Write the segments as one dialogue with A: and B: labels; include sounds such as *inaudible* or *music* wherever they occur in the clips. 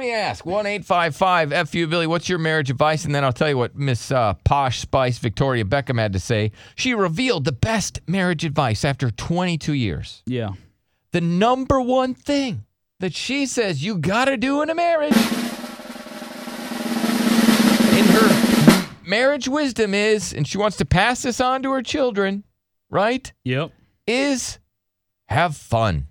A: me ask. One eight five five FU Billy, what's your marriage advice? And then I'll tell you what Miss uh, Posh Spice Victoria Beckham had to say. She revealed the best marriage advice after 22 years.
B: Yeah.
A: The number one thing that she says you gotta do in a marriage. In her marriage wisdom is, and she wants to pass this on to her children, right?
B: Yep.
A: Is have fun.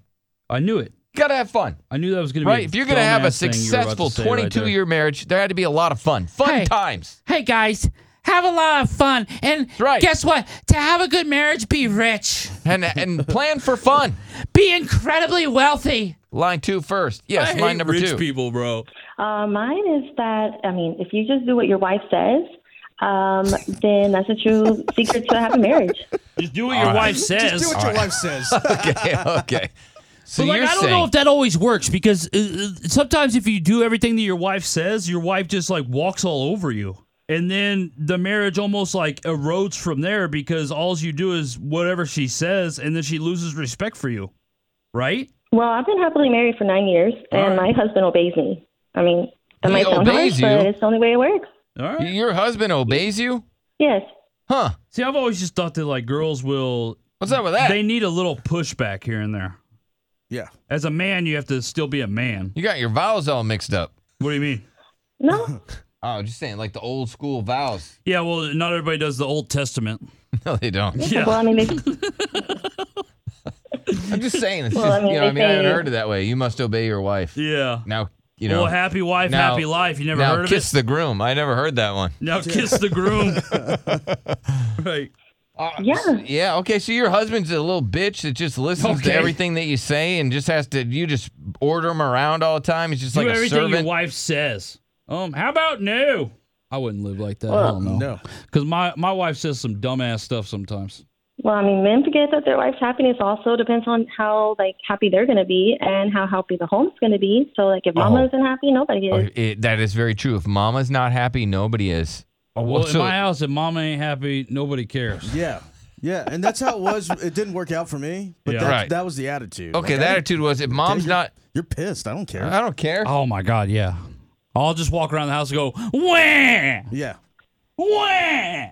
B: I knew it.
A: Gotta have fun.
B: I knew that was going to be
A: Right, if you're going to have a successful 22 year marriage, there had to be a lot of fun. Fun
C: Hey.
A: times.
C: Hey guys, have a lot of fun. And
A: right.
C: guess what? To have a good marriage, be rich,
A: And *laughs* and plan for fun.
C: be incredibly wealthy.
A: Line two first. Yes,
B: I
A: line
B: hate
A: number
B: rich
A: two.
B: people, bro.
D: Uh, mine is that I mean, if you just do what your wife says, um, then that's a
B: *laughs*
D: true secret to a happy marriage.
B: Just do what your wife says.
E: Just do what your wife says.
A: *laughs* okay, okay. So
B: But like,
A: you're
B: I don't
A: saying
B: know if that always works because uh, uh, sometimes if you do everything that your wife says, your wife just like walks all over you. And then the marriage almost like erodes from there because all you do is whatever she says, and then she loses respect for you, right?
D: Well, I've been happily married for nine years, and
B: All right.
D: my husband obeys me. I mean, that
A: He
D: might sound
A: obeys
D: harsh, but
A: you?
D: it's the only way it works.
B: All right.
A: your husband obeys you?
D: Yes.
A: Huh.
B: See, I've always just thought that like girls will
A: What's up with that?
B: they need a little pushback here and there.
E: yeah.
B: As a man, you have to still be a man.
A: you got your vowels all mixed up.
B: What do you mean? *laughs*
D: No.
A: Oh, just saying, like the old school vows.
B: Yeah, well, not everybody does the Old Testament.
A: *laughs* No, they don't.
B: Yeah.
D: Well, I
B: *laughs*
D: mean, they,
A: I'm just saying. It's
D: Well,
A: just,
D: I mean,
A: you know, I
D: they
A: mean, I haven't
D: say-
A: heard it that way. You must obey your wife.
B: Yeah.
A: Now, you
B: well,
A: know.
B: happy wife,
A: now-
B: happy life. You never
A: now
B: heard of
A: kiss
B: it?
A: the groom. I never heard that one.
B: Now kiss the groom. *laughs* right.
A: Uh,
D: Yeah.
A: s- Yeah. Okay. So your husband's a little bitch that just listens to
B: Okay.
A: everything that you say and just has to. You just order him around all the time. He's just
B: Do
A: like a
B: everything your
A: servant.
B: wife says. Um, how about no? I wouldn't live like that.
D: Well,
B: Hell no.
E: No.
B: Because my, my wife says some dumbass stuff sometimes.
D: well, I mean, men forget that their wife's happiness also depends on how like happy they're going to be and how happy the home's going to be. So, like, if Mama
A: Oh.
D: isn't happy, nobody
A: Oh,
D: is.
A: it- that is very true. If Mama's not happy, nobody is. Oh,
B: Well, in my house, if mama ain't happy, nobody cares.
E: *laughs* Yeah. Yeah. And that's how it was. It didn't work out for me, but
B: Yeah.
E: that,
A: Right.
E: that was the attitude.
A: okay.
E: Like,
A: The
E: I-
A: attitude was if
E: okay,
A: Mom's
E: you're-
A: not, Uh,
E: You're pissed. I don't care.
A: I don't care.
B: Oh my god, yeah. I'll just walk around the house and go, wah,
E: yeah.
B: wah.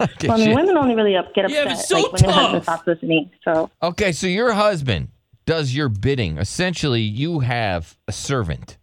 A: Okay,
D: Well, I mean,
A: shit.
D: women only really up, get
B: Yeah,
D: upset
B: but it's so
D: like when their
B: tough.
D: husband stops listening. So,
A: Okay. So your husband does your bidding. Essentially, you have a servant.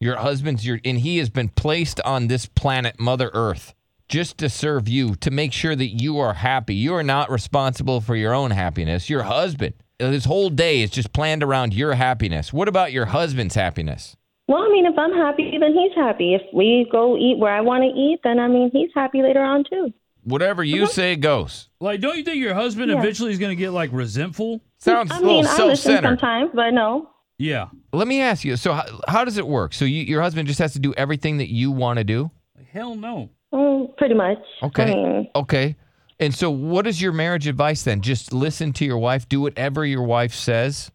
A: Your husband's your, and he has been placed on this planet, Mother Earth, just to serve you, to make sure that you are happy. You are not responsible for your own happiness. Your husband, his whole day is just planned around your happiness. What about your husband's happiness?
D: well, I mean, if I'm happy, then he's happy. If we go eat where I want to eat, then I mean, he's happy later on too.
A: Whatever you say goes.
B: Like, don't you think your husband
D: Yeah.
B: eventually is gonna get like resentful?
A: Sounds
D: I
A: a little
D: mean, I listen
A: self-centered.
D: sometimes, but no.
B: Yeah.
A: Let me ask you. So, how, how does it work? So, you, your husband just has to do everything that you want to do.
B: Hell no.
D: Mm, pretty much.
A: Okay.
D: I mean,
A: Okay. And so, what is your marriage advice then? Just listen to your wife, do whatever your wife says.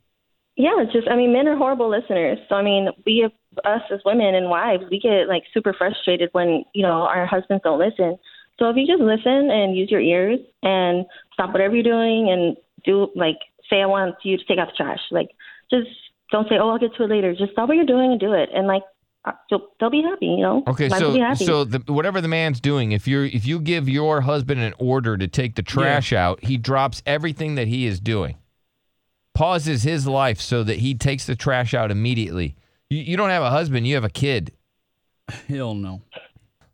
D: yeah, it's just I mean, men are horrible listeners. So I mean, we us as women and wives, we get like super frustrated when you know our husbands don't listen. So if you just listen and use your ears and stop whatever you're doing and do like say I want you to take out the trash, like just don't say oh I'll get to it later. Just stop what you're doing and do it, and like uh, they'll, they'll be happy. You know,
A: Okay,
D: Life will be
A: so
D: happy.
A: so the, whatever the man's doing, if you are if you give your husband an order to take the trash out, he drops everything that he is doing, pauses his life so that he takes the trash out immediately. You, you don't have a husband, you have a kid.
B: Hell no.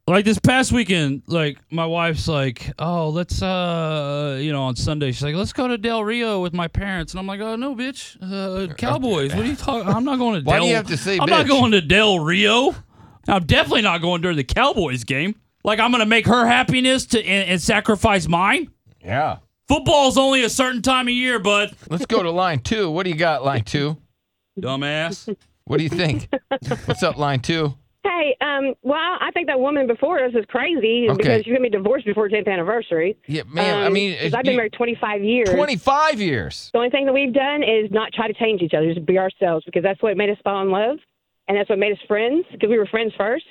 B: Like this past weekend, like my wife's like, "Oh, let's uh, you know, on Sunday she's like, "Let's go to Del Rio with my parents." And I'm like, "Oh, no, bitch. Uh, Cowboys. What are you talking? I'm not going
A: *laughs*
B: to
A: Why
B: Del
A: do you have to say
B: I'm not
A: bitch?
B: going to Del Rio. I'm definitely not going during the Cowboys game. Like I'm going to make her happiness to and, and sacrifice mine.
A: Yeah.
B: Football's only a certain time of year, but
A: Let's
F: *laughs*
A: go to line two. What do you got, line two? *laughs*
B: dumbass.
A: What do you
F: *laughs*
A: think? What's up, line two?
F: Hey, um, well, I think that woman before us is crazy
A: Okay.
F: because she's gonna be divorced before tenth anniversary.
A: Yeah, ma'am. I
F: Um,
A: mean,
F: 'cause I've been
A: you-
F: married twenty five years.
A: 25 years.
F: The only thing that we've done is not try to change each other, just be ourselves because that's what made us fall in love, and that's what made us friends because we were friends first.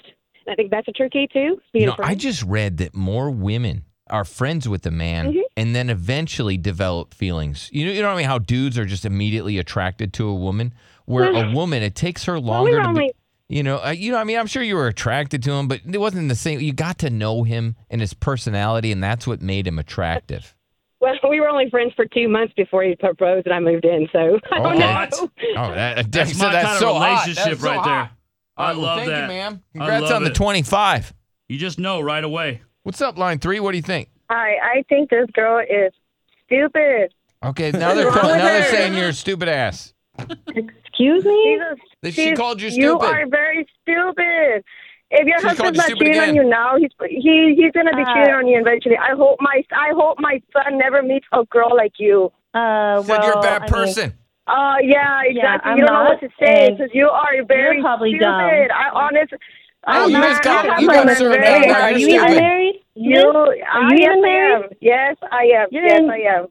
F: And I think that's a true key too. Being
A: You know,
F: a friend.
A: I just read that more women are friends with a man
F: Mm-hmm.
A: and then eventually develop feelings. You know, you know what I mean? How dudes are just immediately attracted to a woman, where a woman, it takes her
F: Mm-hmm. Well, we
A: longer to
F: were
A: be.
F: only
A: You know, uh, you know. I mean, I'm sure you were attracted to him, but it wasn't the same. You got to know him and his personality, and that's what made him
F: *laughs*
A: attractive.
F: *laughs* Well, we were only friends for two months before he proposed and I moved in. So *laughs* I don't
A: Okay.
F: know.
A: Oh, that,
B: That's
A: *laughs* so
B: my
A: that's
B: kind of
A: so hot.
B: relationship
A: That's so
B: right there.
A: hot.
B: I
A: Well,
B: love
A: thank
B: that.
A: you, ma'am.
B: I
A: Congrats
B: love
A: on the
B: it.
A: 25.
B: You just know right away.
A: What's up, line three? What do you think?
G: Hi, I think this girl is stupid.
A: Okay, now
F: *laughs*
A: they're
G: Wrong
A: now
G: with
A: they're
G: her.
A: saying you're a stupid ass.
D: Excuse me?
G: She's a,
A: They- she
G: she's-
A: called you
G: You
A: stupid.
G: are very stupid. If your
A: She called
G: husband's
A: you
G: not
A: stupid
G: cheating
A: again.
G: on you now, he's he he's gonna be
D: Uh,
G: cheating on you eventually. I hope my I hope my son never meets a girl like you.
D: Uh,
A: Said
D: well,
A: you're a bad
D: I mean,
A: person.
G: Oh yeah,
D: Uh,
G: exactly.
D: I'm
G: you don't know what
D: not,
G: to say
D: and
G: because you are very
D: probably
G: stupid.
D: dumb.
G: I honestly.
A: Oh, you just got- you got served out
D: Hey,
A: You're
D: are you
A: stupid.
D: even married?
G: You,
D: Are
G: I,
D: you
G: yes,
D: even
G: I am.
D: married?
G: Yes, I am.
D: You're
G: yes,
D: in-
G: I am.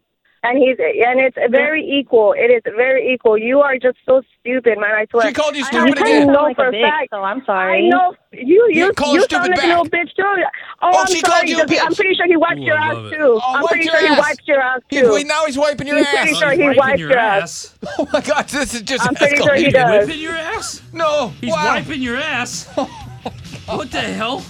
G: And he's and it's very equal. It is very equal. You are just so stupid, man. I swear.
A: She called you
G: I-
A: stupid
G: I
A: again.
G: know
D: Like
G: for
D: a
G: a
D: bitch,
G: fact.
D: so I'm
G: I
D: sorry.
G: know you.
A: You
G: You
A: called
G: you
A: stupid
G: sound like a little
A: back.
G: bitch too. Oh,
A: Oh,
G: I'm
A: she
G: sorry.
A: called you a
G: because I'm
A: bitch.
G: pretty sure he wiped
B: Ooh,
G: your
B: I
G: ass
B: love it.
G: too.
A: Oh,
G: I'm
A: wiped
G: pretty
A: your
G: sure
A: ass.
G: he wiped your ass
A: He's, wait,
G: too.
A: now he's wiping your
G: He's
A: ass.
G: pretty *laughs* sure
B: He's
G: he
B: wiping
G: wiped
B: your
G: your
B: ass.
A: Oh my God, this is just.
G: I'm pretty sure he
A: escalating.
G: does.
B: Wiping your ass.
A: No,
B: He's *laughs*
A: wow.
B: wiping your ass. what the hell?